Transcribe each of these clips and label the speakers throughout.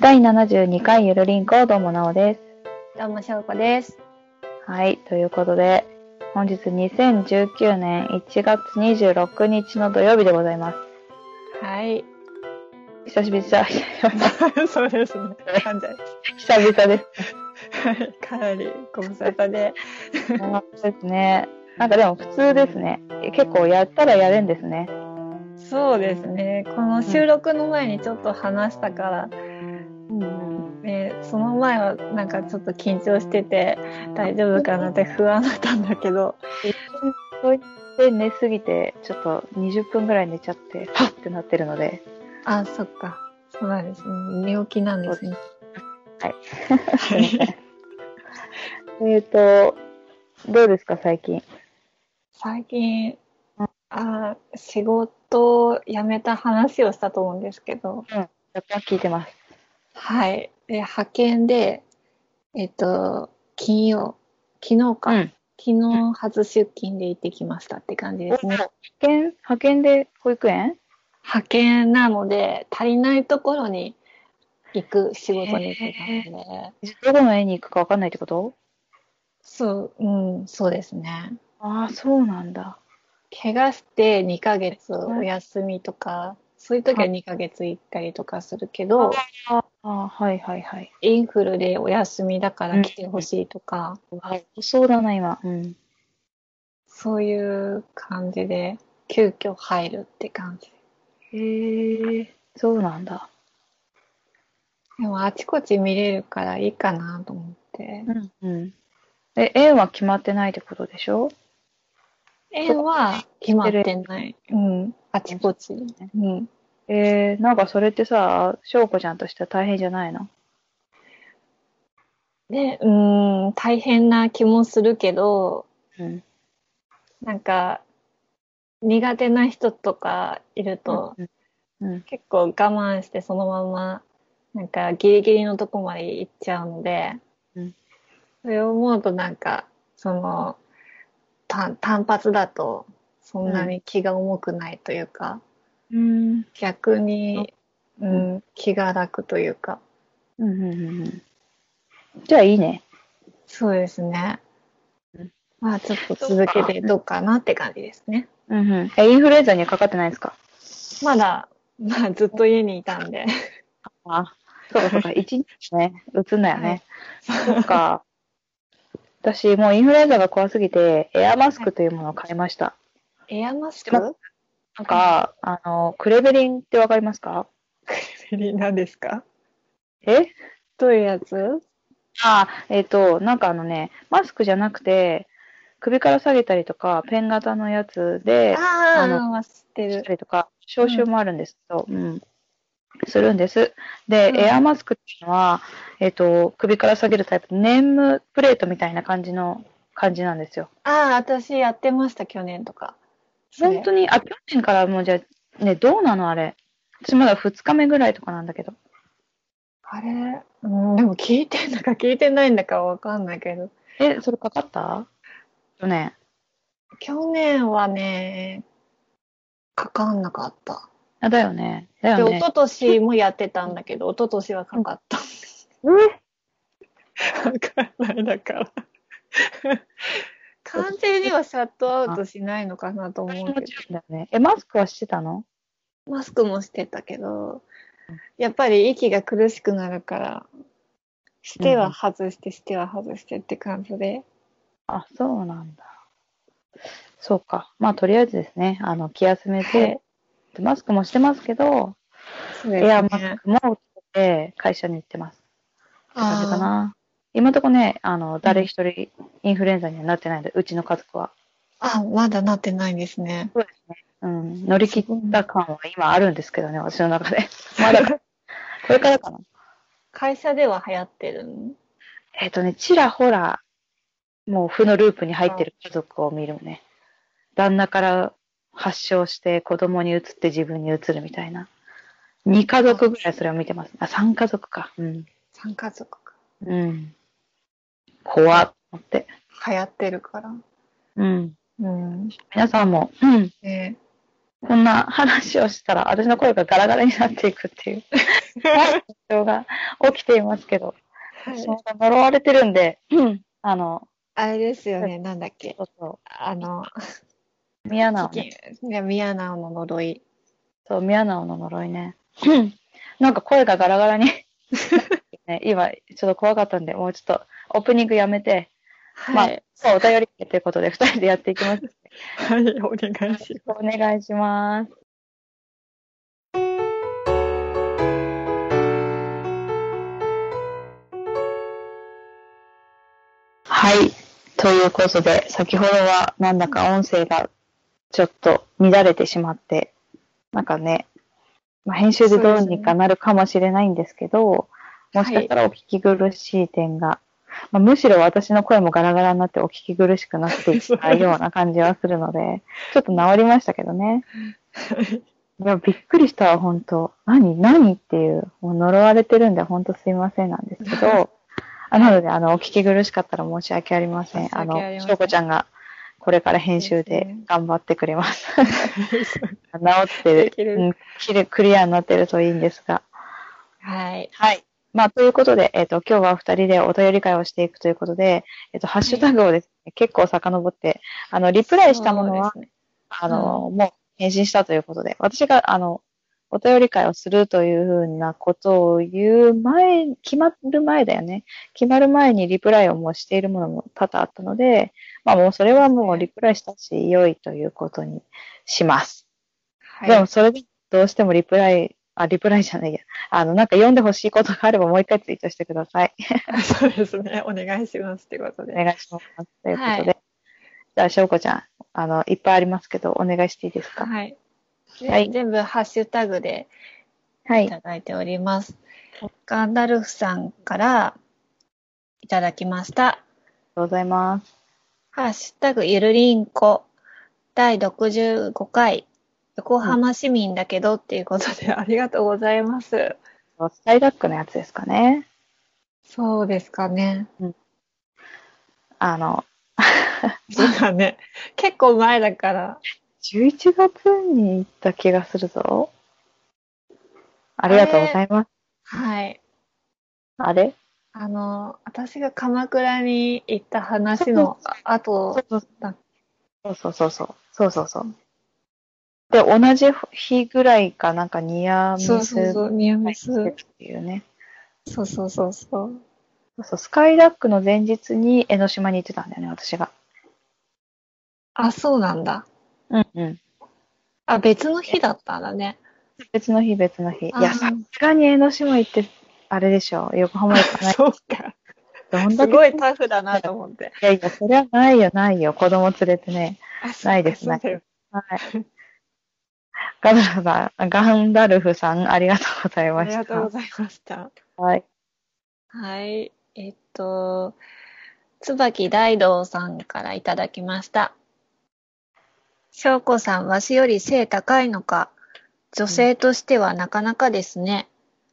Speaker 1: 第72回ゆるりんこ、どうもなおです。
Speaker 2: どうも、しょうこです。
Speaker 1: はい、ということで、本日2019年1月26日の土曜日でございま
Speaker 2: はい。
Speaker 1: す。久しぶり じゃ、久
Speaker 2: そうですね。関西。
Speaker 1: 々です。
Speaker 2: はい。 かなりご無沙汰で。
Speaker 1: そうですね。なんかでも普通ですね。結構やったらやれんですね。
Speaker 2: そうですね。この収録の前にちょっと話したから、
Speaker 1: うん。
Speaker 2: ね、その前はなんかちょっと緊張してて、大丈夫かなって不安だったんだけど、
Speaker 1: そう言って寝すぎて、ちょっと20分ぐらい寝ちゃって、はっってなってるの で。
Speaker 2: あ、そっか。そうなんですね。寝起きなんですね。
Speaker 1: はい。
Speaker 2: はい。
Speaker 1: えーと、どうですか、最近。
Speaker 2: 最近
Speaker 1: うん、
Speaker 2: あ仕事を辞めた話をしたと思うんですけど、
Speaker 1: 若干聞いてます。
Speaker 2: はい。で、派遣で、えっと、金曜、昨日か、
Speaker 1: うん。
Speaker 2: 昨日初出勤で行ってきましたって感じですね。
Speaker 1: 派遣、派遣で保育園
Speaker 2: 派遣なので、足りないところに行く仕事に行ってたので、
Speaker 1: どこの園に行くか分かんないってこと
Speaker 2: そう、うん、そうですね。
Speaker 1: ああ、そうなんだ。
Speaker 2: 怪我して2ヶ月お休みとか、そういう時は2ヶ月行ったりとかするけど、
Speaker 1: ああ、はいはいはい。
Speaker 2: インフルでお休みだから来てほしいとか、
Speaker 1: はい、そうだな、今。うん。
Speaker 2: そういう感じで、急遽入るって感じ。
Speaker 1: へえ、そうなんだ。
Speaker 2: でもあちこち見れるからいいかなと思って。
Speaker 1: んうん。え、園は決まってないってことでしょ
Speaker 2: 円は決まってない。うん。あちこち。うん。
Speaker 1: えー、なんかそれってさ、翔子ちゃんとしては大変じゃないの
Speaker 2: で、うん、大変な気もするけど、
Speaker 1: うん。
Speaker 2: なんか、苦手な人とかいると、
Speaker 1: うん。うん。
Speaker 2: 結構我慢してそのまま、なんかギリギリのとこまで行っちゃうので、
Speaker 1: うん
Speaker 2: それを思うとなんか、その、単単発だと、そんなに気が重くないというか、
Speaker 1: うん。
Speaker 2: 逆に、うん、気が楽というか。
Speaker 1: うん。うん。うん。じゃあいいね。
Speaker 2: そうですね
Speaker 1: うん。
Speaker 2: まあちょっと続けてどうかなって感じですね。
Speaker 1: うんうん。え、インフルエンザにはかかってないですか
Speaker 2: まだ、まあずっと家にいたんで。
Speaker 1: あ、そうかそう か。一日ね、うつんだよね。そっか。私、もうインフルエンザが怖すぎて、エアマスクというものを買いました。
Speaker 2: エアマス
Speaker 1: 知ってま
Speaker 2: ク
Speaker 1: なん か、あの、クレベリンってわかりますか
Speaker 2: クレベリなんですか
Speaker 1: え
Speaker 2: どういうやつ
Speaker 1: あ、えっ、と、なんかあのね、マスクじゃなくて、首から下げたりとか、ペン型のやつで、
Speaker 2: あ
Speaker 1: あ
Speaker 2: あ
Speaker 1: の
Speaker 2: の、忘れ
Speaker 1: した
Speaker 2: てる。
Speaker 1: りとか、消臭もあるんですけど、うん。するんです。で、
Speaker 2: うん
Speaker 1: エアマスクっていうのは、えっ、と、首から下げるタイプ、ネームプレートみたいな感じの、感じなんですよ。
Speaker 2: ああ、私やってました、去年とか。
Speaker 1: 本当
Speaker 2: に
Speaker 1: に、あ、去年からもうじゃあね、どうなのあれ。私まだ2日目ぐらいとかなんだけど。
Speaker 2: あれ、うん、でも聞いてんだか聞いてないんだかわかんないけど。
Speaker 1: え、それかかった去年。
Speaker 2: 去年はね、かかんなかった。
Speaker 1: あ、だよね。だ
Speaker 2: で、
Speaker 1: よ
Speaker 2: 一
Speaker 1: ね。
Speaker 2: 昨年もやってたんだけど、一昨年はかかった。わかんないだから。完全にはシャットアウトしないのかなと思
Speaker 1: え
Speaker 2: う
Speaker 1: も
Speaker 2: けど
Speaker 1: ち、ろんだよね。え、マスクはしてたの
Speaker 2: マスクもしてたけど、やっぱり息が苦しくなるから、しては外して、しては外してって感じで。
Speaker 1: あ、そうなんだ。そうか。まあ、とりあえずですね、あの、気休め
Speaker 2: はい
Speaker 1: で、でマスクもしてますけど、
Speaker 2: そうです
Speaker 1: エアマ
Speaker 2: ね
Speaker 1: ス。クもつけて会社に行ってます。って感じか
Speaker 2: あ
Speaker 1: な。今のとこね、あの、誰一人インフルエンザにはなってないんで、うちの家族は。
Speaker 2: ーあ、まだなってないんですね。
Speaker 1: そうですね。うん。乗り切った感は今あるんですけどね、私の中で。 まだ、これからかな。
Speaker 2: 会社では流行ってるの
Speaker 1: えっ、とね、ちらほら、もう負のループに入ってる家族を見るね。旦那から発症して子供に移って自分に移るみたいな。2家族ぐらいそれを見てます。あ、3家族か。うん。
Speaker 2: 三家族か。
Speaker 1: うん。怖っと思って。
Speaker 2: 流行ってるから。
Speaker 1: うん。
Speaker 2: うん。
Speaker 1: 皆さんも、うん。
Speaker 2: ね
Speaker 1: こんな話をしたら、私の声がガラガラになっていくっていう現象が起きていますけど、
Speaker 2: はい
Speaker 1: そう呪われてるんで、あの、
Speaker 2: あれですよね、なんだっ
Speaker 1: ち
Speaker 2: け。
Speaker 1: ょっと、
Speaker 2: あの、
Speaker 1: 宮直、ね、
Speaker 2: いやミヤナオの呪い。
Speaker 1: そう、宮直の呪いね。なんか声がガラガラ に、ね。今、ちょっと怖かったんで、もうちょっと、オープニングやめて、まあ
Speaker 2: はい。
Speaker 1: そう、お便りということで、二人でやっていきます。
Speaker 2: はい、お願いし
Speaker 1: お願いします。はい。ということで、先ほどはなんだか音声がちょっと乱れてしまって、なんかね、まあ、編集でどうにかなるかもしれないんですけど、もしかしたらお聞き苦しい点が、まあ、むしろ私の声もガラガラになってお聞き苦しくなって いったような感じはするので、ちょっと治りましたけどね。いや、びっくりしたわ、本当何何っていう、もう呪われてるんで、本当すいませんなんですけ ど、あなので、あの、お聞き苦しかったら申し訳ありません。
Speaker 2: 申し訳ありません
Speaker 1: の、しょうこちゃんが、これから編集
Speaker 2: そうです
Speaker 1: で
Speaker 2: ね
Speaker 1: 頑張ってくれ ます。
Speaker 2: ます。
Speaker 1: 治って
Speaker 2: できる
Speaker 1: うんきれ、クリアになってるといいんですが。
Speaker 2: はい。
Speaker 1: はい。まあ、ということで、えっ、と、今日はお二人でお便り会をしていくということで、えっ、と、ハッシュタグをですね、結構遡って、あの、リプライしたものは、
Speaker 2: そうですね
Speaker 1: あの、もう返信したということで、私が、あの、お便り会をするというふうなことを言う前、決まる前だよね。決まる前にリプライをもうしているものも多々あったので、まあもうそれはもうリプライしたし、良いということにします。
Speaker 2: はい。
Speaker 1: でもそれでどうしてもリプライ、あ、リプライじゃないや。あの、なんか読んでほしいことがあればもう一回ツイートしてください。
Speaker 2: そうですね。お願いしますってこと
Speaker 1: お
Speaker 2: で。
Speaker 1: 願いします。ということで。
Speaker 2: はい
Speaker 1: じゃあ、しょうこちゃん、あの、いっぱいありますけど、お願いしていいですか
Speaker 2: はい。で
Speaker 1: はい
Speaker 2: 全部ハッシュタグで
Speaker 1: はい
Speaker 2: ただいております。ガンダルフさんからいただきました。
Speaker 1: ありがとうございます。
Speaker 2: ハッシュタグゆるりんこ第65回横浜市民だけどっていうことでありがとうございます。
Speaker 1: スタイダックのやつですかね。
Speaker 2: そうですかね。
Speaker 1: あの、
Speaker 2: そうだね。結構前だから。
Speaker 1: 11月に行った気がするぞ。ありがとうございます。
Speaker 2: はい。
Speaker 1: あれ
Speaker 2: あの、私が鎌倉に行った話の後
Speaker 1: そう
Speaker 2: だ
Speaker 1: そうそうそう。そうそうそう。で、同じ日ぐらいかなんかニアミス
Speaker 2: そうそうそう、ニア
Speaker 1: ぐら
Speaker 2: ミ
Speaker 1: い
Speaker 2: ス。
Speaker 1: っていうね。
Speaker 2: そうそうそうそ
Speaker 1: そ
Speaker 2: う。
Speaker 1: うそう、スカイラックの前日に江ノ島に行ってたんだよね、私が。
Speaker 2: あ、そうなんだ。
Speaker 1: うんうん。
Speaker 2: あ、別の日だったんだね。
Speaker 1: 別の日、別の日。い
Speaker 2: あ
Speaker 1: や、
Speaker 2: ー
Speaker 1: さすがに江ノ島行って、あれでしょ、横浜行かない。
Speaker 2: そうか。
Speaker 1: どんだ
Speaker 2: す
Speaker 1: け
Speaker 2: ごいタフだなと思って。
Speaker 1: いやいや、そりゃないよ、ないよ。子供連れてね。
Speaker 2: あそうか
Speaker 1: ないです
Speaker 2: そうだよ
Speaker 1: はい。 ガンダルフさん、ガンダルフさん、ありがとうござい
Speaker 2: あ
Speaker 1: ま
Speaker 2: り
Speaker 1: した。
Speaker 2: がとうございました。
Speaker 1: はい。
Speaker 2: はい。えっと、椿大道さんからいただきました。翔子さん、わしより背高いのか。女性としてはなかなかですね。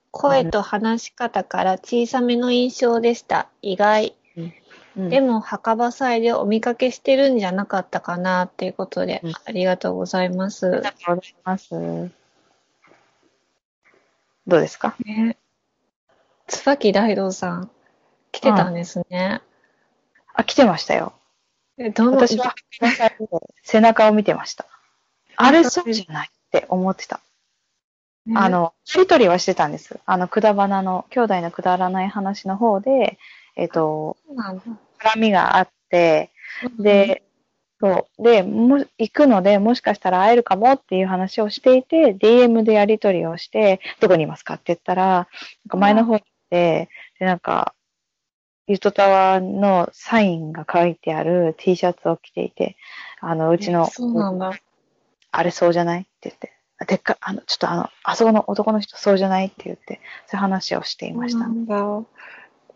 Speaker 2: 声と話し方から小さめの印象でした。意外。
Speaker 1: うん
Speaker 2: でも、墓場祭でお見かけしてるんじゃなかったかな、っていうことで
Speaker 1: うん、
Speaker 2: ありがとうございます
Speaker 1: あり。がとうございます。どうですか
Speaker 2: ね。椿大道さん、来てたんですね。
Speaker 1: あ、来てましたよ。
Speaker 2: え、どの
Speaker 1: 私は背中を見てました。あれそうじゃないって思ってた。
Speaker 2: ね
Speaker 1: あの、やりとりはしてたんです。あの、くだばなの、兄弟のくだらない話の方で、えっ、と、
Speaker 2: そうなんだ
Speaker 1: 絡みがあって、で、そう。で、もし、行くので、もしかしたら会えるかもっていう話をしていて、DM でやり取りをして、どこにいますかって言ったら、なんか前の方に行って、で、なんか、ゆとたわのサインが書いてある T シャツを着ていて、あの、うちの、
Speaker 2: そうなんだ。
Speaker 1: あれそうじゃないって言って、あでっか、あの、ちょっとあの、あそこの男の人そうじゃないって言って、そういう話をしていまし
Speaker 2: な
Speaker 1: た。
Speaker 2: んだ。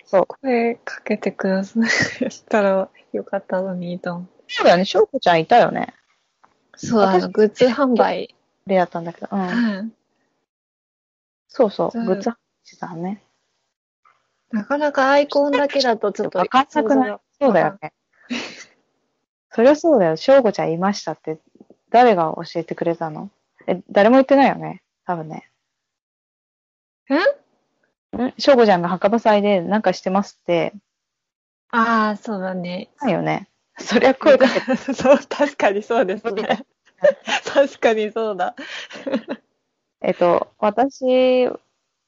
Speaker 1: そう。
Speaker 2: 声かけてください。したらよかったのにと思って。
Speaker 1: そうだよね、しょうこちゃんいたよね。
Speaker 2: そう、あの、グッズ販売。
Speaker 1: でやったんだけど、うん。
Speaker 2: うん
Speaker 1: そうそ
Speaker 2: そう
Speaker 1: う、グッズ販売してたね。
Speaker 2: なかなかアイコンだけだとちょっと。
Speaker 1: わかんなくないそうだ よね。そりゃそうだよ。しょうこちゃんいましたって、誰が教えてくれたのえ、誰も言ってないよね。多分ね。
Speaker 2: ん
Speaker 1: ん翔子ちゃんが墓場祭でなんかしてますって、
Speaker 2: ああ、そうだね。
Speaker 1: ないよね。そりゃ声かけ
Speaker 2: そう、確かにそうです ね。確かにそうだ。
Speaker 1: えっと、私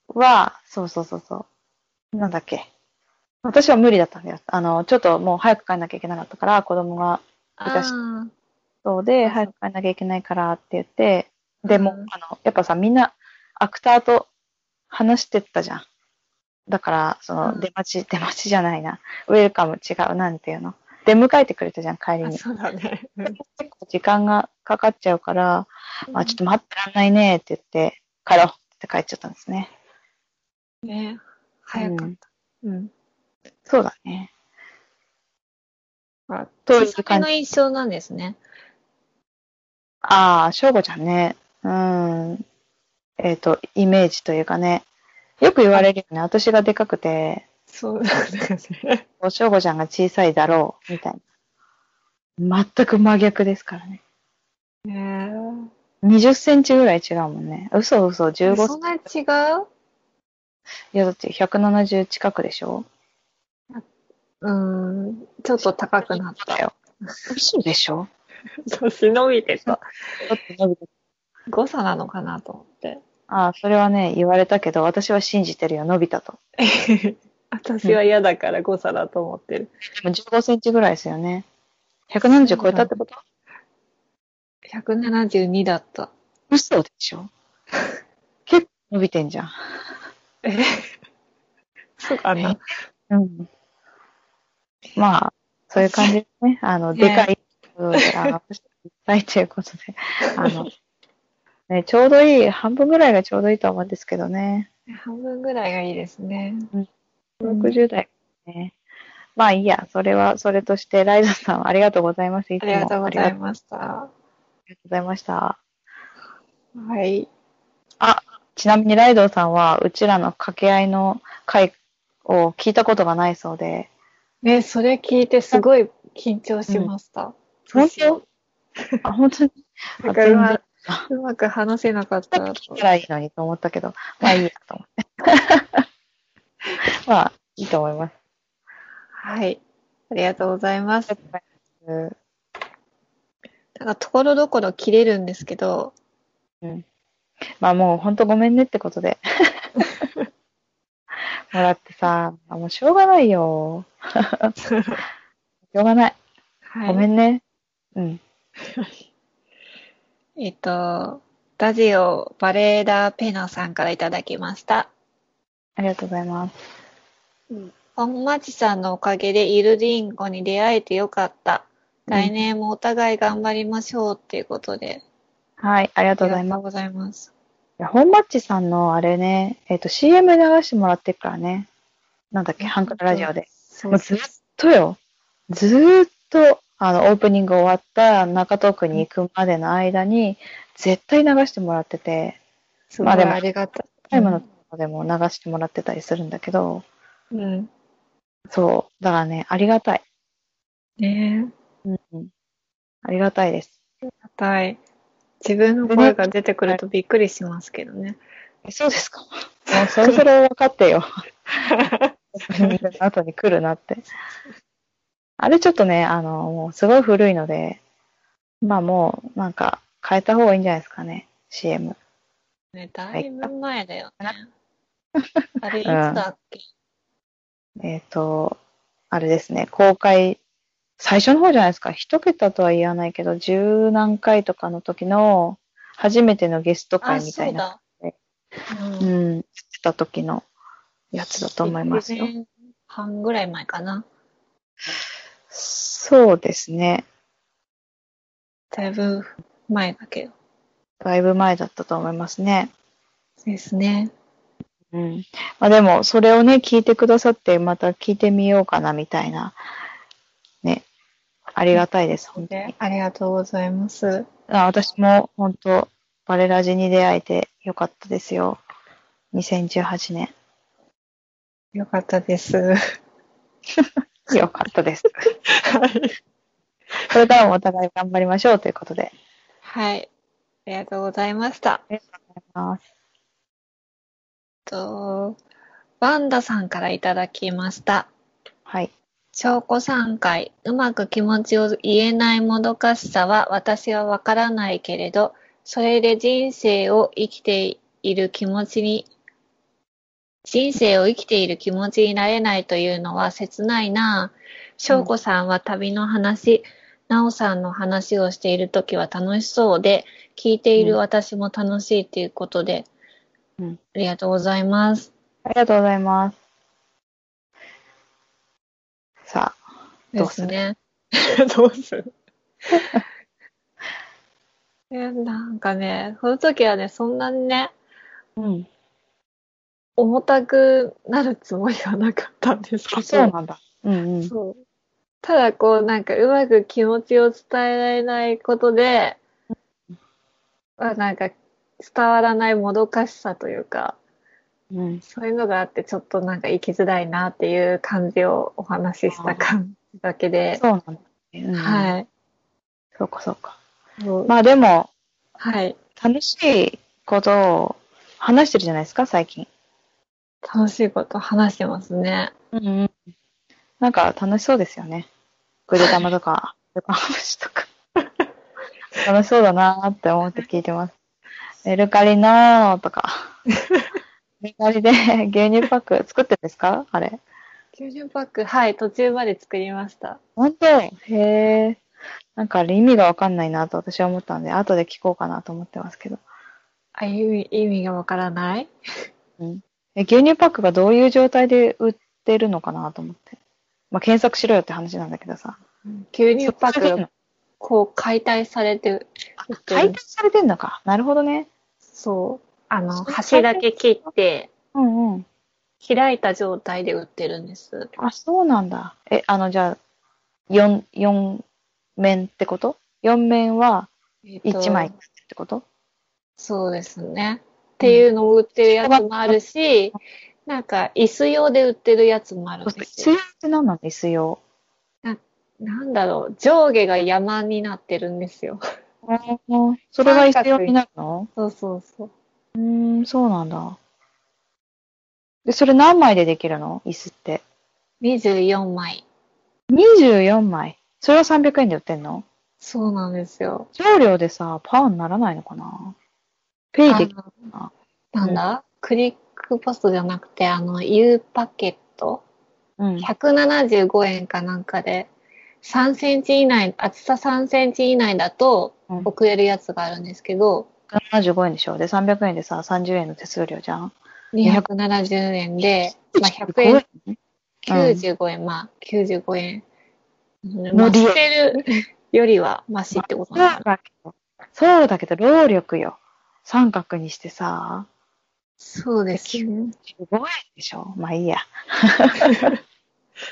Speaker 1: は、そうそうそうそう。なんだっけ。私は無理だったんだよ。あの、ちょっともう早く帰んなきゃいけなかったから、子供が
Speaker 2: あ
Speaker 1: 私
Speaker 2: ー
Speaker 1: そうで、早く帰んなきゃいけないからって言って、でも、
Speaker 2: うん
Speaker 1: あの、やっぱさ、みんな、アクターと話してったじゃん。だから、その、
Speaker 2: うん
Speaker 1: 出待ち、出待ちじゃないな。ウェルカム違う、なんていうの。出迎えてくれたじゃん、帰り
Speaker 2: あ
Speaker 1: に。
Speaker 2: そうだね。うん
Speaker 1: 結構時間がかかっちゃうから、あ、ちょっと待ってらんないねって言って、帰ろうって帰っちゃったんですね。
Speaker 2: ね。早かった。うん。
Speaker 1: そうだね。
Speaker 2: あ、
Speaker 1: そういう
Speaker 2: 小さめ
Speaker 1: 感じ
Speaker 2: の印象なんですね。
Speaker 1: ああ、しょうごちゃんね。うーん。えっ、と、イメージというかね。よく言われるよね。私がでかくて、
Speaker 2: そうなんですね。
Speaker 1: しょうごちゃんが小さいだろう、みたいな。全く真逆ですからね。
Speaker 2: ね
Speaker 1: 20センチぐらい違うもんね。嘘嘘、
Speaker 2: え。
Speaker 1: 15セ
Speaker 2: そ
Speaker 1: ン
Speaker 2: んな違う
Speaker 1: チ。いや、だって170近くでしょ
Speaker 2: うん。ちょっと高くなっ
Speaker 1: だ
Speaker 2: た。
Speaker 1: よ。嘘でしょ
Speaker 2: 年伸びてた。
Speaker 1: だって伸びて
Speaker 2: 誤差なのかなと思 って。
Speaker 1: ああ、それはね、言われたけど、私は信じてるよ、伸びたと。
Speaker 2: 私は嫌だから誤差だと思ってる。
Speaker 1: でも15センチぐらいですよね。170超えたってこと
Speaker 2: 172だった。
Speaker 1: 嘘でしょ結構伸びてんじゃん。
Speaker 2: えそうかな。
Speaker 1: うん。まあ、そういう感じです ね。あの、
Speaker 2: ね
Speaker 1: でかいということで、あの、私たいということ で、あの、ね、ちょうどいい、半分ぐらいがちょうどいいと思うんですけどね。
Speaker 2: 半分ぐらいがいいですね。うん
Speaker 1: 60代ね。まあいいや、それはそれとして、ライドさんありがとうございます。いつも
Speaker 2: ありがとうござ
Speaker 1: あ
Speaker 2: い
Speaker 1: りがと
Speaker 2: ました。
Speaker 1: うございました。
Speaker 2: はい。
Speaker 1: ちなみにライドさんは、うちらの掛け合いの回を聞いたことがないそうで、
Speaker 2: ね、それ聞いてすごい緊張しました。
Speaker 1: 本当あ、本当に
Speaker 2: だからう
Speaker 1: あ全
Speaker 2: まうまく話せなかったな
Speaker 1: 聞
Speaker 2: と
Speaker 1: いた。らいいのにと思ったけど、まあいいやと思って。 まあ、いいと思います。
Speaker 2: はい。ありがとうございます。
Speaker 1: うん
Speaker 2: なんかところどころ切れるんです けど、
Speaker 1: まあもう本当ごめんねってことで。もらってさ、もうしょうがないよ。しょうがない。
Speaker 2: はい。
Speaker 1: ごめんね。うん。
Speaker 2: えっと、ラジオバレーダーペナさんからいただきました。
Speaker 1: ありがとうございます。
Speaker 2: 本町さんのおかげでイルディンゴに出会えてよかった。
Speaker 1: うん
Speaker 2: 来年もお互い頑張りましょうっていうことで。
Speaker 1: はい、ありが
Speaker 2: あ
Speaker 1: とうございます。
Speaker 2: ございます。
Speaker 1: いや本マッチさんのあれね、えっ、と CM 流してもらってるからね。なんだっけ、ハンクラジオで。
Speaker 2: そ
Speaker 1: もう
Speaker 2: う
Speaker 1: ずっとよ。ずーっと、あの、オープニング終わった中東区に行くまでの間に、絶対流してもらってて、
Speaker 2: すご
Speaker 1: まあ
Speaker 2: い
Speaker 1: でも
Speaker 2: ありがたい。
Speaker 1: タイムのところでも流してもらってたりするんだけど、
Speaker 2: うん。
Speaker 1: そう。だからね、ありがたい。
Speaker 2: ねえ。
Speaker 1: うん。ありがたいです。
Speaker 2: ありがたい。自分の声が出てくるとびっくりしますけどね。
Speaker 1: えそうですか。もうそろそろ分かって よ。オープニングの後に来るなって。あれちょっとね、あの、もうすごい古いので、まあもう、なんか、変えた方がいいんじゃないですかね、CM。
Speaker 2: ねだいぶ前だよね。あれいつ
Speaker 1: うん
Speaker 2: だっけ
Speaker 1: えっ、と、あれですね、公開、最初の方じゃないですか、一桁とは言わないけど、十何回とかの時の、初めてのゲスト
Speaker 2: あ、
Speaker 1: 会みた
Speaker 2: そう
Speaker 1: いな、
Speaker 2: だ。
Speaker 1: み
Speaker 2: うん
Speaker 1: うん、やってた時のやつだと思いますよ
Speaker 2: 1。年半ぐらい前かな。
Speaker 1: そうですね、
Speaker 2: だいぶ前だけど。
Speaker 1: だいぶ前だったと思いますね。
Speaker 2: ですね。
Speaker 1: うん。まあでも、それをね、聞いてくださって、また聞いてみようかな、みたいな、ね、ありがたいです、本当に。
Speaker 2: ありがとうございます。
Speaker 1: あ私も本当、バレラジに出会えてよかったですよ。2018年。
Speaker 2: よかったです。は
Speaker 1: よかったです。 これからもお互い頑張りましょうということで。
Speaker 2: はい。りがとうございました。
Speaker 1: ます。
Speaker 2: えっと、ワンダさんからいただきました。
Speaker 1: はい。
Speaker 2: 証拠3回、うまく気持ちを言えないもどかしさは私はわからないけれど、それで人生を生きている気持ちに、人生を生きている気持ちになれないというのは切ないなぁ。証拠さんは旅の話、なおさんの話をしているときは楽しそうで、聞いていうる
Speaker 1: ん
Speaker 2: 私も楽しいということで、
Speaker 1: うん
Speaker 2: ありがとうございます。
Speaker 1: ありがとうございます。さあ、どうする
Speaker 2: ね。 どうする えなんかね、その時はね、そんなにね、
Speaker 1: うん。
Speaker 2: 重たくなるつもりはなかったんですけど、
Speaker 1: そうなんだ。うんうん。
Speaker 2: そうただこう、なんかうまく気持ちを伝えられないことで、まあなんか伝わらないもどかしさというか、
Speaker 1: うん、
Speaker 2: そういうのがあって、ちょっとなんか生きづらいなっていう感じをお話しした感じだけで、
Speaker 1: そうなんだ、ね。うん、い。
Speaker 2: はい。
Speaker 1: そうかそうか。
Speaker 2: そう
Speaker 1: まあでも、
Speaker 2: はい。
Speaker 1: 楽しいことを話してるじゃないですか、最近。
Speaker 2: 楽しいこと話してますね。
Speaker 1: うんうん。なんか楽しそうですよね。グル玉とか、ルカムシとか。楽しそうだなーって思って聞いて ます。メルカリのーとか。メルカリで 牛乳パック作ってるんですかあれ。
Speaker 2: 90パック、はい、途中まで作りました。
Speaker 1: 本当へえ。なんかあれ意味がわかんないなと私は思ったんで、後で聞こうかなと思ってますけど。
Speaker 2: あ、意味、意味がわからない
Speaker 1: え牛乳パックがどういう状態で売ってるのかなと思って。まあ、検索しろよって話なんだけどさ。
Speaker 2: 牛乳パック
Speaker 1: そ
Speaker 2: がこう解体されて、売ってる
Speaker 1: 解体されてんのか。なるほどね。
Speaker 2: そう。あの、
Speaker 1: そう
Speaker 2: 端だけ切って、
Speaker 1: うんうん。
Speaker 2: 開いた状態で売ってるんです。
Speaker 1: あ、そうなんだ。え、あの、じゃあ、四四面ってこと四面は
Speaker 2: えっと
Speaker 1: 一枚ってこと
Speaker 2: そうですね。っていうのを売ってるやつもあるし、なんか、椅子用で売ってるやつもあるん
Speaker 1: 椅
Speaker 2: です
Speaker 1: 子
Speaker 2: よ。
Speaker 1: 用って何なの椅子用。
Speaker 2: なんだろう、上下が山になってるんですよ。
Speaker 1: それが椅子用になるの
Speaker 2: そうそうそう。
Speaker 1: うーん、そうなんだ。で、それ何枚でできるの椅子って。
Speaker 2: 24枚。
Speaker 1: 24枚。それは300円で売ってんの
Speaker 2: そうなんですよ。
Speaker 1: 送料でさ、パーにならないのかなペイできる
Speaker 2: あのなんだ、クリックポストじゃなくて、あの、U パケット
Speaker 1: うん。
Speaker 2: ?175 円かなんかで、3センチ以内、厚さ3センチ以内だと
Speaker 1: うん
Speaker 2: 送れるやつがあるんですけど、
Speaker 1: 75円でしょで、300円でさ、30円の手数料じゃん
Speaker 2: 270円で、まあ、100円、95円、まあ、95円。
Speaker 1: の
Speaker 2: 乗
Speaker 1: り
Speaker 2: り
Speaker 1: よ
Speaker 2: 捨てるよりはマシってこと
Speaker 1: そう
Speaker 2: なのかな
Speaker 1: だけど、そうだけど、労力よ。三角にしてさ、
Speaker 2: そうですね。
Speaker 1: すごいでしょまあいいや。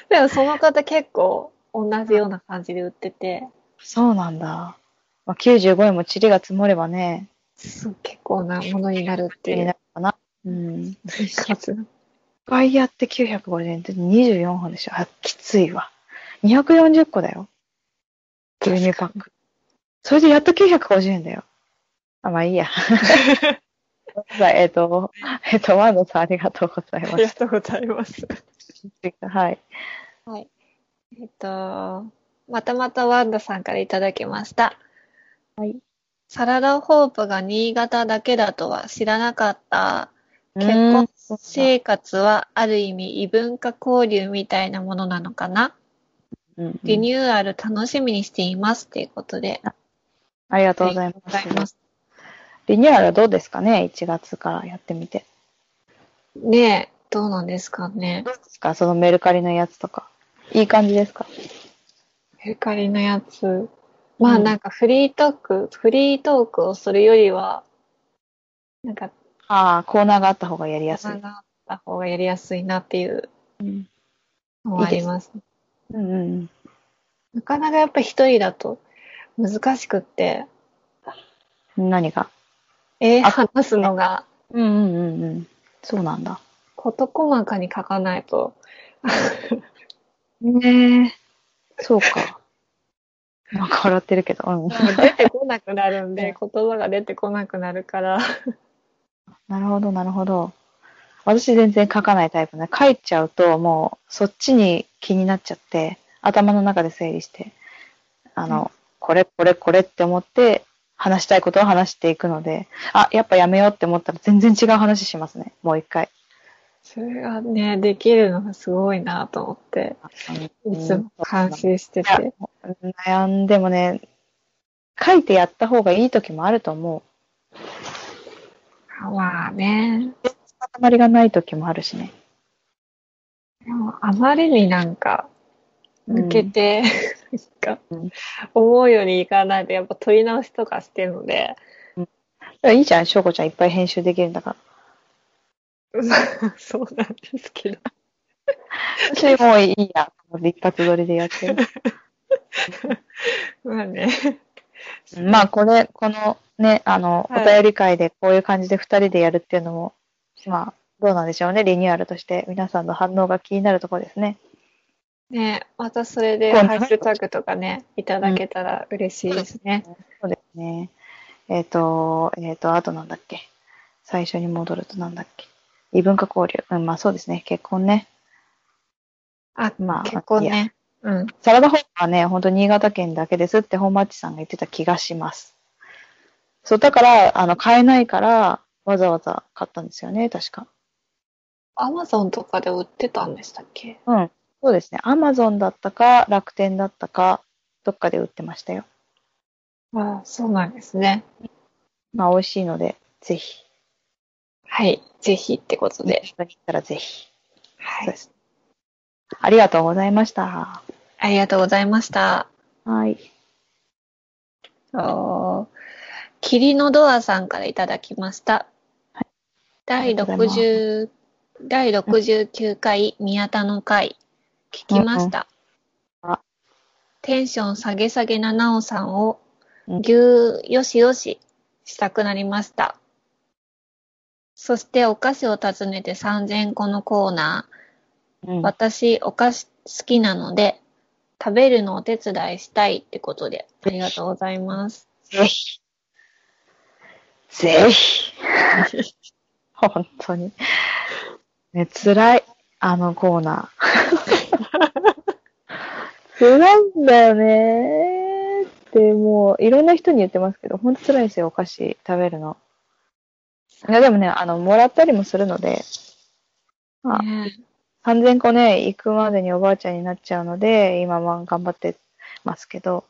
Speaker 2: でもその方結構同じような感じで売ってて、
Speaker 1: そうなんだ。まあ、95円も塵が積もればね、
Speaker 2: そう結構なものになるって
Speaker 1: 気
Speaker 2: い
Speaker 1: にな
Speaker 2: う
Speaker 1: るかな。うん。
Speaker 2: 数。
Speaker 1: ファイヤーって950円って24本でしょあ、きついわ。240個だよ。牛乳パック。それでやっと950円だよ。あ、まあいいや。ごめんなさいえっ、と、えっ、と、ワンドさんありがとうございま し
Speaker 2: とうございます。
Speaker 1: た。はい。
Speaker 2: はい。えっと、またまたワンダさんからいただきました。
Speaker 1: はい。
Speaker 2: サラダホープが新潟だけだとは知らなかった。結
Speaker 1: うん
Speaker 2: 婚
Speaker 1: そうだ
Speaker 2: 生活はある意味異文化交流みたいなものなのか
Speaker 1: う
Speaker 2: な。
Speaker 1: んうん
Speaker 2: リニューアル楽しみにしていますっていうことで。
Speaker 1: ありが
Speaker 2: あ
Speaker 1: とうございま。
Speaker 2: りがとうございます
Speaker 1: リニューアルはどうですかね ?1 月からやってみて。
Speaker 2: す。ねえ、どうなんですかね。
Speaker 1: どうですかそのメルカリのやつとか。いい感じですか
Speaker 2: メルカリのやつ。まあ
Speaker 1: うん
Speaker 2: なんかフリートーク、フリートークをするよりは、なんか、
Speaker 1: ああ、コーナーがあった方がやりやすい
Speaker 2: 差。があった方がやりやすいなっていう
Speaker 1: うん
Speaker 2: のはあります。
Speaker 1: うんうん。
Speaker 2: なかなかやっぱ一人だと難しくって、
Speaker 1: 何が
Speaker 2: えー
Speaker 1: あ
Speaker 2: 話すのが
Speaker 1: うんうんうんうん。そうなんだ。
Speaker 2: 事細かに書かない と、
Speaker 1: ねえ。そうか。なんか笑ってるけど、うん。
Speaker 2: 出てこなくなるん
Speaker 1: う
Speaker 2: で、
Speaker 1: ん
Speaker 2: 言葉が出てこなくなるから。
Speaker 1: なるほど、なるほど。私全然書かないタイプね。書いちゃうと、もうそっちに気になっちゃって、頭の中で整理して、あの、これ、これ、これって思って、話したいことを話していくので、あ、やっぱやめようって思ったら全然違う話しますね。もう一回。
Speaker 2: それがね、できるのがすごいなと思って、いつも感心して
Speaker 1: いや
Speaker 2: て。
Speaker 1: 悩んでもね、書いてやった方がいい時もあると思う。
Speaker 2: まあね、
Speaker 1: 塊がない時もあるしね。
Speaker 2: でもあまりになんか、抜けて、なんか
Speaker 1: うん、
Speaker 2: 思うようにいかないと、やっぱ取り直しとかしてるの で、
Speaker 1: うんいいじゃん、翔子ちゃんいっぱい編集できるんだから。
Speaker 2: そうなんですけど。
Speaker 1: 私もういいや。一発撮りでやってる。
Speaker 2: まあね。
Speaker 1: まあ、これ、このね、あの、
Speaker 2: はい
Speaker 1: お便り会でこういう感じで二人でやるっていうのも、まあ、どうなんでしょうね、リニューアルとして、皆さんの反応が気になるところですね。
Speaker 2: ね、またそれで
Speaker 1: 今度
Speaker 2: ハッシュタグとかね、いただけたら嬉しいですね。
Speaker 1: そうですね。えっ、と、えっ、と、あとなんだっけ。最初に戻るとなんだっけ。異文化交流。うん、まあそうですね。結婚ね。
Speaker 2: あ、
Speaker 1: まあ
Speaker 2: 結構ね。うん。
Speaker 1: サラダホームはね、本当新潟県だけですって本マッチさんが言ってた気がします。そう、だから、あの、買えないから、わざわざ買ったんですよね、確か。
Speaker 2: アマゾンとかで売ってたんでしたっけ
Speaker 1: うん。そうですね。アマゾンだったか、楽天だったか、どっかで売ってましたよ。
Speaker 2: あそうなんですね。
Speaker 1: まあ、美味しいので、ぜひ。
Speaker 2: はい。ぜひってことで。
Speaker 1: 一緒に行ったらぜひ。
Speaker 2: は
Speaker 1: そう
Speaker 2: い
Speaker 1: で。すありがとうございました。
Speaker 2: ありがとうございました。
Speaker 1: はい。
Speaker 2: お霧のドアさんからいただきました。
Speaker 1: あり
Speaker 2: 第
Speaker 1: がとうございます
Speaker 2: 60、第69回宮田の回、聞きました。
Speaker 1: うんあ
Speaker 2: テンション下げ下げななおさんを、
Speaker 1: うん
Speaker 2: ぎゅーよしよししたくなりました。そしてお菓子を訪ねて3000個のコーナ
Speaker 1: うん
Speaker 2: ー、私お菓子好きなので、食べるのお手伝いしたいってことで、ありがとうございます。
Speaker 1: ぜひ。ぜひ。 本当に。ね、辛い。あのコー ナー。辛いんだよねーって、もう、いろんな人に言ってますけど、本当辛いんですよ、お菓子食べるの。いや、でもね、あの、もらったりもするので、あ
Speaker 2: ねえ
Speaker 1: 3000個ね、行くまでにおばあちゃんになっちゃうので、今は頑張ってますけど、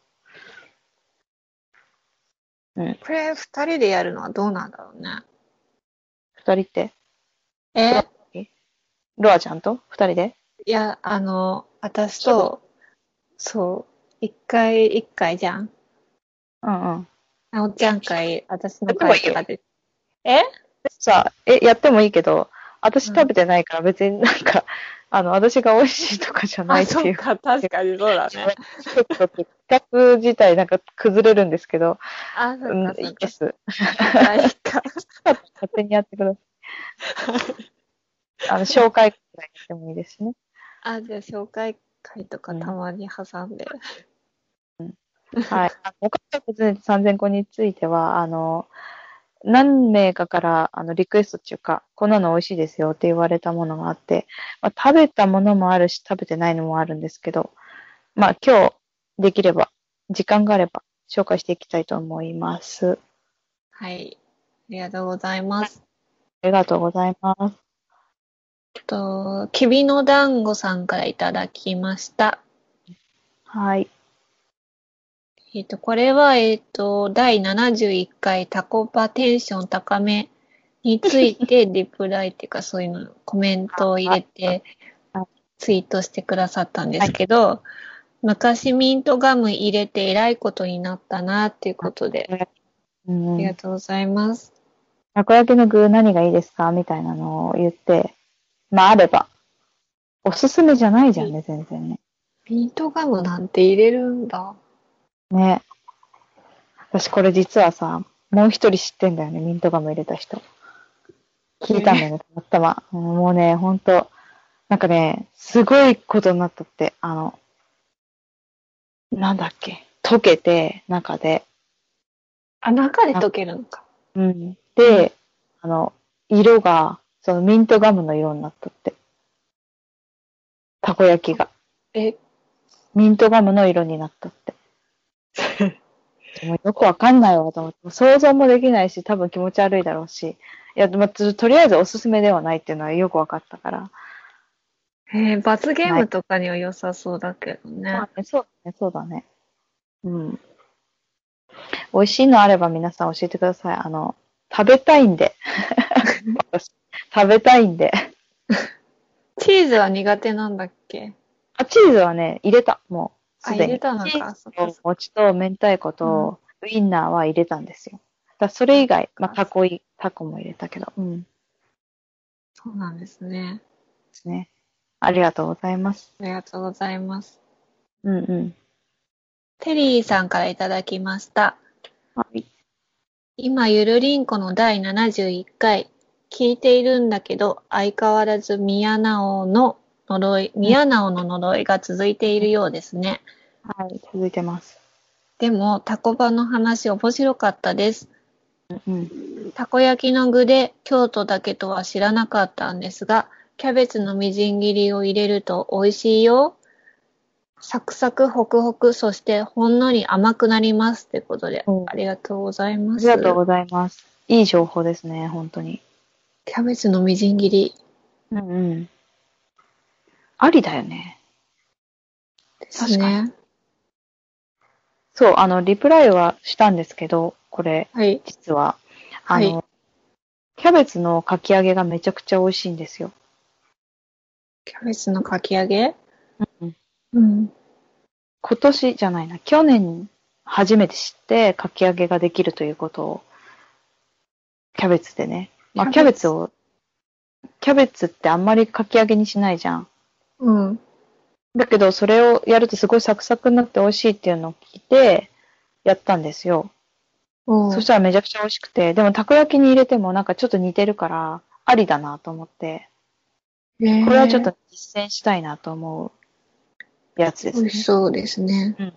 Speaker 2: これ二人でやるのはどうなんだろうね。
Speaker 1: 二人って、
Speaker 2: え
Speaker 1: ロアちゃんと二人で
Speaker 2: いや、あの、私と、そう、一回一回じゃん。
Speaker 1: うんうん。
Speaker 2: あおっちゃん会、私の会とかで。え
Speaker 1: さあ、え、やってもいいけど、私
Speaker 2: うん
Speaker 1: 食べてないから別になんか、 あの、私が美味しいとかじゃない
Speaker 2: あ、
Speaker 1: って
Speaker 2: そ
Speaker 1: いうう。
Speaker 2: か、確かにそうだ
Speaker 1: ち
Speaker 2: ね。
Speaker 1: ょっと企画自体なんか崩れるんですけど、
Speaker 2: あ、 そううんか、、そ
Speaker 1: いういで、
Speaker 2: か
Speaker 1: す。
Speaker 2: はいいいか。
Speaker 1: 勝手にやってくださ い。あの、紹介くらいやってもいいですしね。
Speaker 2: あ、じゃあ紹介会とか
Speaker 1: うん
Speaker 2: たまに挟んで。
Speaker 1: はい。あのお母さん別に3000個については、あの、何名かからあのリクエストっていうか、こんなの美味しいですよって言われたものがあって、まあ、食べたものもあるし、食べてないのもあるんですけど、まあ今日できれば、時間があれば紹介していきたいと思います。
Speaker 2: はい。ありがとうございます。
Speaker 1: ありがとうございます。
Speaker 2: と、きびの団子さんからいただきました。
Speaker 1: はい。
Speaker 2: えっと、これは、えっと、第71回タコパテンション高めについ てリプライっていうかそういうのコメントを入れて
Speaker 1: ああ
Speaker 2: ツイートしてくださったんですけど、昔ミントガム入れて偉いことになったなっていうことで、
Speaker 1: う
Speaker 2: あ
Speaker 1: ん
Speaker 2: りがとうございます。
Speaker 1: たこ焼きの具何がいいですかみたいなのを言って、まああれば。おすすめじゃないじゃんね、全然ね。
Speaker 2: ミントガムなんて入れるんだ。
Speaker 1: ね。私これ実はさ、もう一人知ってんだよね、ミントガム入れた人。聞いたんだよね、たまたま。うんもうね、ほんと、なんかね、すごいことになったって、あの、なんだっけ、溶けて、中で。
Speaker 2: あ、中で溶けるのか。
Speaker 1: うん。で、あの、色が、そのミントガムの色になったって。たこ焼きが。
Speaker 2: え、
Speaker 1: ミントガムの色になったって。でもよくわかんないわと思って、想像もできないし、多分気持ち悪いだろうし、いや、まあ、ととりあえずおすすめではないっていうのはよくわかったから、
Speaker 2: えー罰ゲームとかには良さそうだけどね。
Speaker 1: まあね、そうだね、そうだね。うん。美味しいのあれば皆さん教えてください。あの、食べたいんで。私食べたいんで。
Speaker 2: チーズは苦手なんだっけ
Speaker 1: あ、チーズはね、入れた、もう、
Speaker 2: あ、
Speaker 1: すで
Speaker 2: 入
Speaker 1: に。
Speaker 2: れたのか。そっかそっか
Speaker 1: 餅と明太子とウインナーは入れたんですよ。だからそれ以外、まあ、タコい、タコも入れたけど、うん。で
Speaker 2: そうなんですね。
Speaker 1: すね。ありがとうございます。
Speaker 2: ありがとうございます。
Speaker 1: うんうん。
Speaker 2: テリーさんからいただきました。
Speaker 1: はい。
Speaker 2: 今、ゆるりんこの第71回、聞いているんだけど、相変わらず宮直の呪い、宮直の呪いが続いているようですね。
Speaker 1: はい、続いてます。
Speaker 2: でも、タコパの話面白かったです。
Speaker 1: うん。
Speaker 2: たこ焼きの具で京都だけとは知らなかったんですが、キャベツのみじん切りを入れると美味しいよ。サクサク、ホクホク、そしてほんのり甘くなりますってことで
Speaker 1: うん、
Speaker 2: ありがとうござい
Speaker 1: あ
Speaker 2: ま
Speaker 1: り
Speaker 2: す。
Speaker 1: がとうございます。いい情報ですね、本当に。
Speaker 2: キャベツのみじん切り
Speaker 1: うんうん。ありだよね。
Speaker 2: です
Speaker 1: 確か
Speaker 2: ね。
Speaker 1: そう、あの、リプライはしたんですけど、これ、
Speaker 2: はい。
Speaker 1: 実は。あの、
Speaker 2: は
Speaker 1: キャベツのかき揚げがめちゃくちゃ美味しいんですよ。
Speaker 2: キャベツのかき揚げ
Speaker 1: うん
Speaker 2: うん。
Speaker 1: 今年じゃないな、去年初めて知って、かき揚げができるということを、キャベツでね。まあ、
Speaker 2: キ
Speaker 1: キ
Speaker 2: ャ
Speaker 1: ャ
Speaker 2: ベ
Speaker 1: ベ
Speaker 2: ツ
Speaker 1: ツを、キャベツってあんまりかき揚げにしないじゃん。
Speaker 2: うん。
Speaker 1: だけど、それをやるとすごいサクサクになって美味しいっていうのを聞いて、やったんですよ。
Speaker 2: うん
Speaker 1: そしたらめちゃくちゃ美味しくて、でもたこ焼きに入れてもなんかちょっと似てるから、ありだなと思って、これはちょっ、
Speaker 2: え
Speaker 1: と実践したいなと思うやつで
Speaker 2: ー
Speaker 1: す
Speaker 2: 美
Speaker 1: ね
Speaker 2: 味。しそうですね。
Speaker 1: うん。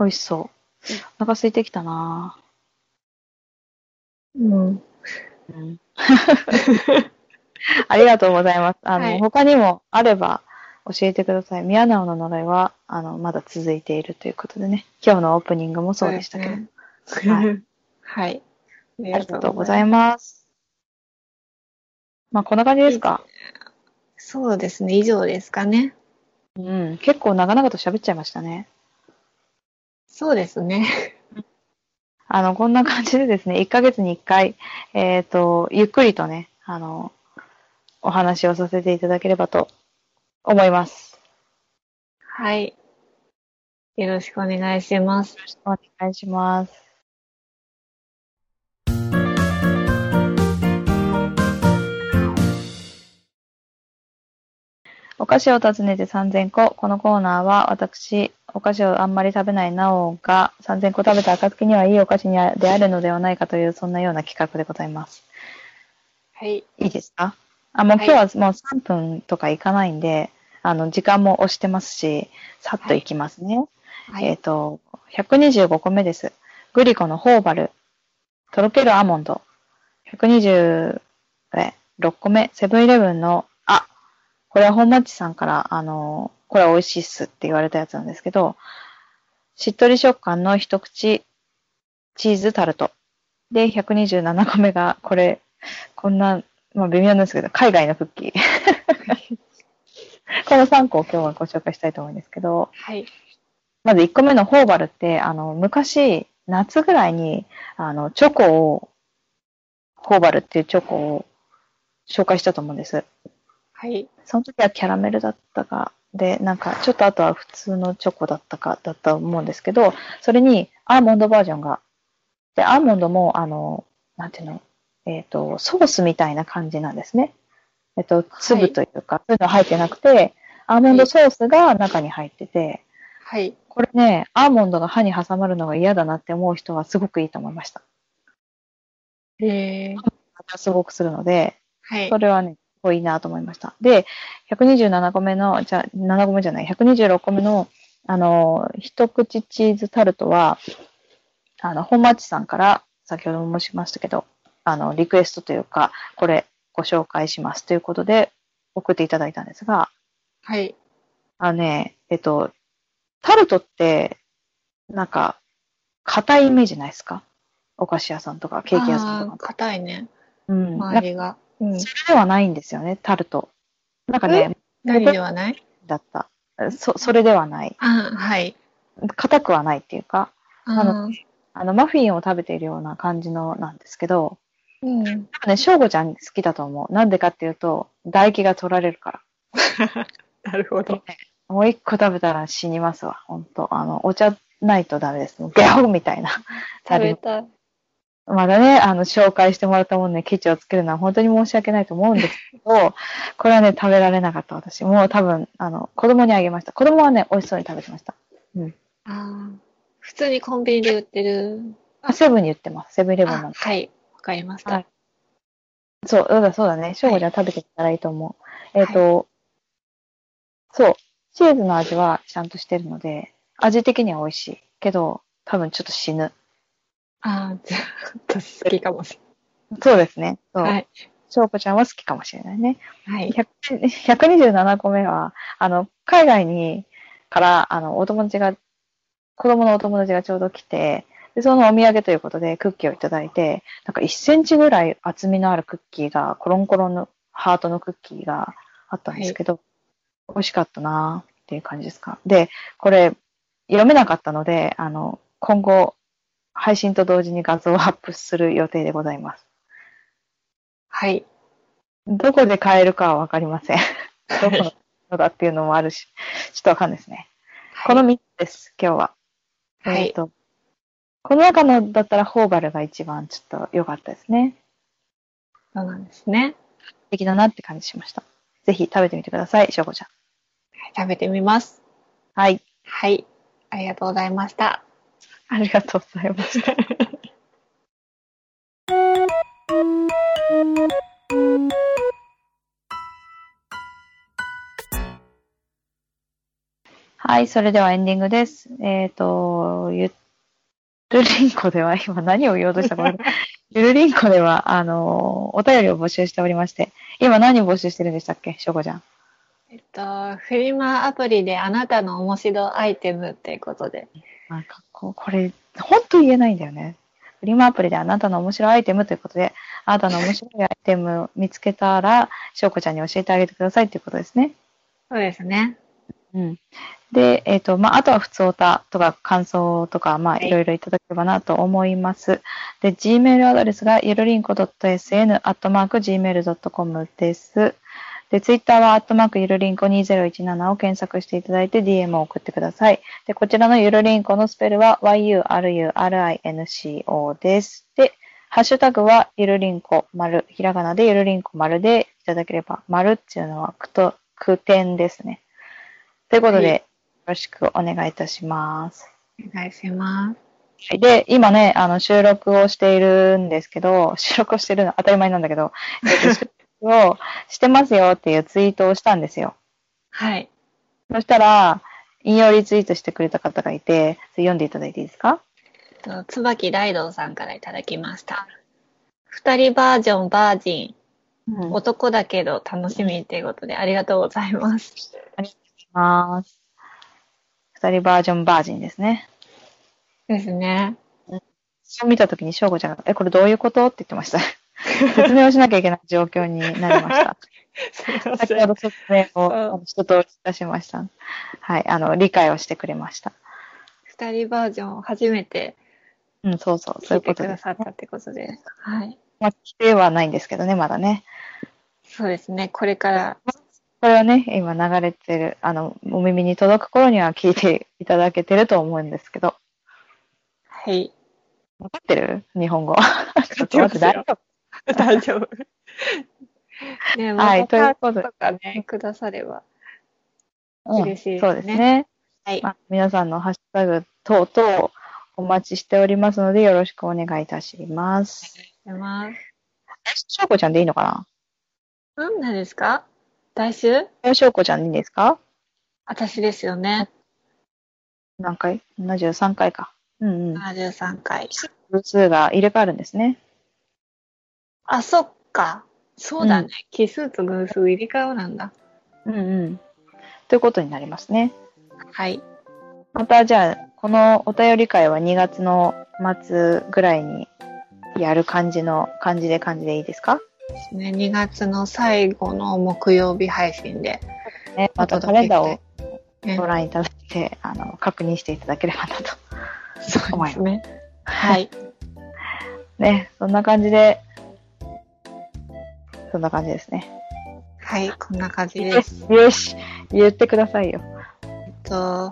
Speaker 1: 美味しそう。お腹空いてきたな
Speaker 2: うん。
Speaker 1: ぁ。ありがとうございます。あの、
Speaker 2: はい
Speaker 1: 他にもあれば教えてください。宮直の呪いは、あの、まだ続いているということでね。今日のオープニングもそうでしたけど。
Speaker 2: そうです
Speaker 1: は
Speaker 2: ね。はい。
Speaker 1: ありがとうございます。まあ、こんな感じですか。
Speaker 2: す。そうですね。以上ですかね。
Speaker 1: うん。結構長々と喋っちゃいましたね。
Speaker 2: そうですね。
Speaker 1: あの、こんな感じでですね、1ヶ月に1回、えっ、と、ゆっくりとね、あの、お話をさせていただければと思います。
Speaker 2: はい。よろしくお願いします。
Speaker 1: お願いします。お菓子を訪ねて3000個。このコーナーは私、お菓子をあんまり食べないなおが3000個食べた暁にはいいお菓子に出会えるのではないかという、そんなような企画でございます。
Speaker 2: はい。
Speaker 1: いいですかあ、もう
Speaker 2: は
Speaker 1: 今
Speaker 2: い
Speaker 1: 日はもう3分とかいかないんで、あの、時間も押してますし、さっといきますね。
Speaker 2: は
Speaker 1: えっ、
Speaker 2: い。
Speaker 1: と、125個目です。グリコのホーバル、とろけるアーモンド。126個目、セブンイレブンの、あ、これは本マッチさんから、あの、これは美味しいっすって言われたやつなんですけど、しっとり食感の一口チーズタルト。で、127個目が、これ、こんな、まあ微妙なんですけど、海外のクッキー。 この3個を今日はご紹介したいと思うんですけど、
Speaker 2: はい。
Speaker 1: まず1個目のホーバルって、あの、昔、夏ぐらいに、あの、チョコを、ホーバルっていうチョコを紹介したと思うんです。
Speaker 2: はい。
Speaker 1: その時はキャラメルだったか、で、なんか、ちょっとあとは普通のチョコだったか、だったと思うんですけど、それにアーモンドバージョンが、で、アーモンドも、あの、なんていうの、えっ、と、ソースみたいな感じなんですね。えっ、と、
Speaker 2: はい
Speaker 1: 粒というか、そういうの入ってなくて、アーモンドソースが中に入ってて、
Speaker 2: はい。
Speaker 1: これね、アーモンドが歯に挟まるのが嫌だなって思う人はすごくいいと思いました。
Speaker 2: えー、
Speaker 1: すごくするので、
Speaker 2: はい
Speaker 1: そ。れはね、すごいいいなと思いました。で、127個目の、じゃ、7個目じゃない、126個目のあの、一口チーズタルトは、あの、本町さんから、先ほども申しましたけど、あの、リクエストというか、これ、ご紹介しますということで、送っていただいたんですが、
Speaker 2: はい。
Speaker 1: あのね、えっと、タルトって、なんか、硬いイメージないですかお菓子屋さんとか、ケーキ屋さんと
Speaker 2: あー
Speaker 1: か。
Speaker 2: 硬いね。
Speaker 1: うん。なんか
Speaker 2: 周りが。うん。
Speaker 1: それではないんですよね、タルト。なんかね、
Speaker 2: 何ではない
Speaker 1: だった。そ、それではない。
Speaker 2: あーはい。
Speaker 1: 硬くはないっていうか、
Speaker 2: あの、
Speaker 1: あの、マフィンを食べているような感じのなんですけど、
Speaker 2: うん。
Speaker 1: 多分ね、翔吾ちゃん好きだと思う。なんでかっていうと、唾液が取られるから。
Speaker 2: なるほど。
Speaker 1: もう一個食べたら死にますわ、ほんと。あの、お茶ないとダメです。もうギャオみたいな。
Speaker 2: 食べたい。
Speaker 1: まだね、あの、紹介してもらったものにケチをつけるのは本当に申し訳ないと思うんですけど、 これはね、食べられなかった私。もう多分、あの、子供にあげました。子供はね、美味しそうに食べてました。
Speaker 2: あー普通にコンビニで売ってる。
Speaker 1: あ、セブンに言ってます。セブンイレブンな
Speaker 2: あ
Speaker 1: んで。
Speaker 2: はい。わかりまし
Speaker 1: は
Speaker 2: た
Speaker 1: い。そう、そうだ、そうだね。翔吾ちゃん食べてみたらいいと思う。えっ、と、そう、チーズの味はちゃんとしてるので、味的には美味しい。けど、多分ちょっと死ぬ。
Speaker 2: ああ、じゃあ、私好きかもし
Speaker 1: そうですね。そ
Speaker 2: れ
Speaker 1: う。
Speaker 2: ない。はい。
Speaker 1: 翔子ちゃんは好きかもしれないね。
Speaker 2: はい。
Speaker 1: 100 127個目は、あの、海外に、から、あの、お友達が、子供のお友達がちょうど来て、で、そのお土産ということでクッキーをいただいて、なんか1センチぐらい厚みのあるクッキーが、コロンコロンのハートのクッキーがあったんですけど、美味しかったなっていう感じですか。で、これ、読めなかったので、あの、今後、配信と同時に画像をアップする予定でございます。
Speaker 2: はい。
Speaker 1: どこで買えるかはわかりません。どこののだっていうのもあるし、ちょっとわかんないですね。この3つです、今日は。
Speaker 2: はい
Speaker 1: えっと、この中のだったらホーバルが一番ちょっと良かったですね。
Speaker 2: そうなんですね。
Speaker 1: 素敵だなって感じしました。ぜひ食べてみてください、しょうこちゃん。
Speaker 2: はい食べてみます。
Speaker 1: はい。
Speaker 2: はい。ありがとうございました。
Speaker 1: ありがとうございます。はい、それではエンディングです。えっ、と、ゆるりんこでは、今何を言おうとしたか分かんないゆるりんこでは、あの、お便りを募集しておりまして、今何を募集してるんでしたっけ、しょうこちゃん。
Speaker 2: えっと、フリマアプリであなたの面白アイテムっていうことで。
Speaker 1: なんかこう、これ、本当言えないんだよね。フリマアプリであなたの面白いアイテムということで、あなたの面白いアイテムを見つけたら、翔子ちゃんに教えてあげてくださいということですね。
Speaker 2: そうですね。
Speaker 1: うん。で、えっ、と、まあ、あとは普通おたとか感想とか、まあ、
Speaker 2: はい
Speaker 1: いろいろいただければなと思います。で、Gmail アドレスが、ゆるりんこ .sn.gmail.com です。で、Twitter は、アットマークゆるりんこ2017を検索していただいて、DM を送ってください。で、こちらのゆるりんこのスペルは、yurinco です。で、ハッシュタグは、ゆるりんこ丸、ひらがなでゆるりんこ丸でいただければ、丸っていうのは、くと、句点ですね。ということで、
Speaker 2: はい
Speaker 1: よろしくお願いいたします。
Speaker 2: お願いします。
Speaker 1: はいで、今ね、あの、収録をしているんですけど、収録をしてるの当たり前なんだけど、え っと収録をしてますよっていうツイートをしたんですよ。
Speaker 2: はい。
Speaker 1: そしたら、引用リツイートしてくれた方がいて、それ読んでいただいていいですか
Speaker 2: えっと椿大道さんからいただきました。二人バージョンバージン、
Speaker 1: お願い
Speaker 2: 男だけど楽しみっていうことでありがとうございます。
Speaker 1: します。二人バージョンバージンですね。
Speaker 2: ですね。
Speaker 1: 見たときに翔吾ちゃんが、え、これどういうことって言ってま した。説明をしなきゃいけない状況になりました。
Speaker 2: すいま
Speaker 1: 先ほ。ど説明を
Speaker 2: うん
Speaker 1: あの一通り出しました。はい、あの、理解をしてくれました。
Speaker 2: 二人バージョンを初めて
Speaker 1: うん、そうそう、そう
Speaker 2: 聞
Speaker 1: い
Speaker 2: い
Speaker 1: こ
Speaker 2: うてく
Speaker 1: と
Speaker 2: だ
Speaker 1: です。
Speaker 2: さったってことで。はい。
Speaker 1: まあ、規定はないんですけどね、まだね。
Speaker 2: そうですね。これから、
Speaker 1: これはね、今流れてる、あの、お耳に届く頃には聞いていただけてると思うんですけど。
Speaker 2: はい。
Speaker 1: わかってる日本 語。ちょっ
Speaker 2: っ
Speaker 1: と
Speaker 2: てま
Speaker 1: 待
Speaker 2: す
Speaker 1: って、
Speaker 2: よ
Speaker 1: 大丈夫。
Speaker 2: 大丈夫。ね、
Speaker 1: は
Speaker 2: はいい、
Speaker 1: と
Speaker 2: と
Speaker 1: いう
Speaker 2: いう
Speaker 1: こ
Speaker 2: ことと
Speaker 1: で
Speaker 2: とかね、くだされば。
Speaker 1: うん
Speaker 2: 嬉しいですね
Speaker 1: そうですね。
Speaker 2: はい
Speaker 1: まあ、皆さんのハッシュタグ等々お待ちしておりますので、よろしくお願いいたします。
Speaker 2: ます。
Speaker 1: しょうこちゃんでいいのか
Speaker 2: うん、何ですか来週
Speaker 1: なしょうこちゃんでいいんですか
Speaker 2: 私ですよね。
Speaker 1: 何回 ?73 回か。うんうん。
Speaker 2: 73回。
Speaker 1: 偶数が入れ替わるんですね。
Speaker 2: あ、そっか。そうだ
Speaker 1: う
Speaker 2: ね。
Speaker 1: ん
Speaker 2: 奇数と偶数入れ替わるんだ。
Speaker 1: うんうん。ということになりますね。
Speaker 2: はい。
Speaker 1: またじゃあ、このお便り会は2月の末ぐらいにやる感じの、感じで感じでいいですか
Speaker 2: ですね。2月の最後の木曜日配信で
Speaker 1: ね、ま
Speaker 2: お
Speaker 1: たカレン
Speaker 2: 届けし
Speaker 1: ダ
Speaker 2: た
Speaker 1: ー
Speaker 2: い
Speaker 1: を。ご覧いただいて、あの、確認していただければなと。
Speaker 2: ねそうですね。
Speaker 1: は。
Speaker 2: はいい。
Speaker 1: ね、そんな感じで、そんな感じですね。
Speaker 2: はい、こんな感じです。
Speaker 1: よし、言ってくださいよ。
Speaker 2: えっと、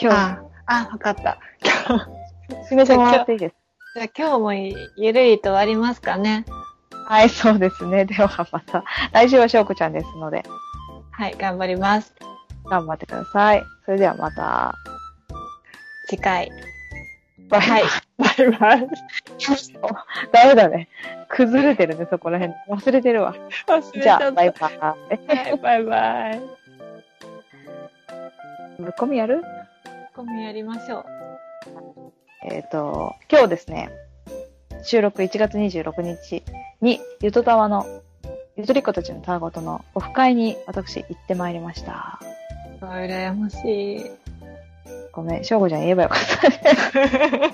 Speaker 1: 今
Speaker 2: あ、あ、わか った。
Speaker 1: 日、締めてもらっていいですか
Speaker 2: じゃあ今日もゆるりと終わりますかね。
Speaker 1: はい、そうですね。 ではまた、来週はしょうこちゃんですので、
Speaker 2: はい、頑張ります。
Speaker 1: 頑張ってください。それではまた、
Speaker 2: 次回。
Speaker 1: バイバ
Speaker 2: は
Speaker 1: イ
Speaker 2: い。バイバイ。
Speaker 1: ダメだね。崩れてるね、そこら辺。忘れてるわ。
Speaker 2: 忘れ
Speaker 1: じ
Speaker 2: ちゃ
Speaker 1: ゃ
Speaker 2: っ
Speaker 1: あ、
Speaker 2: た。
Speaker 1: バイバイ。
Speaker 2: はいバイバイ。
Speaker 1: ぶっ込みやる
Speaker 2: コミやりましょう。
Speaker 1: えっ、と、今日ですね、収録1月26日に、ゆとたわの、ゆとりっ子たちのたわごとのオフ会に私行ってまいりました。
Speaker 2: うわ羨ましい。
Speaker 1: ごめん、しょうごちゃん言えばよかったね。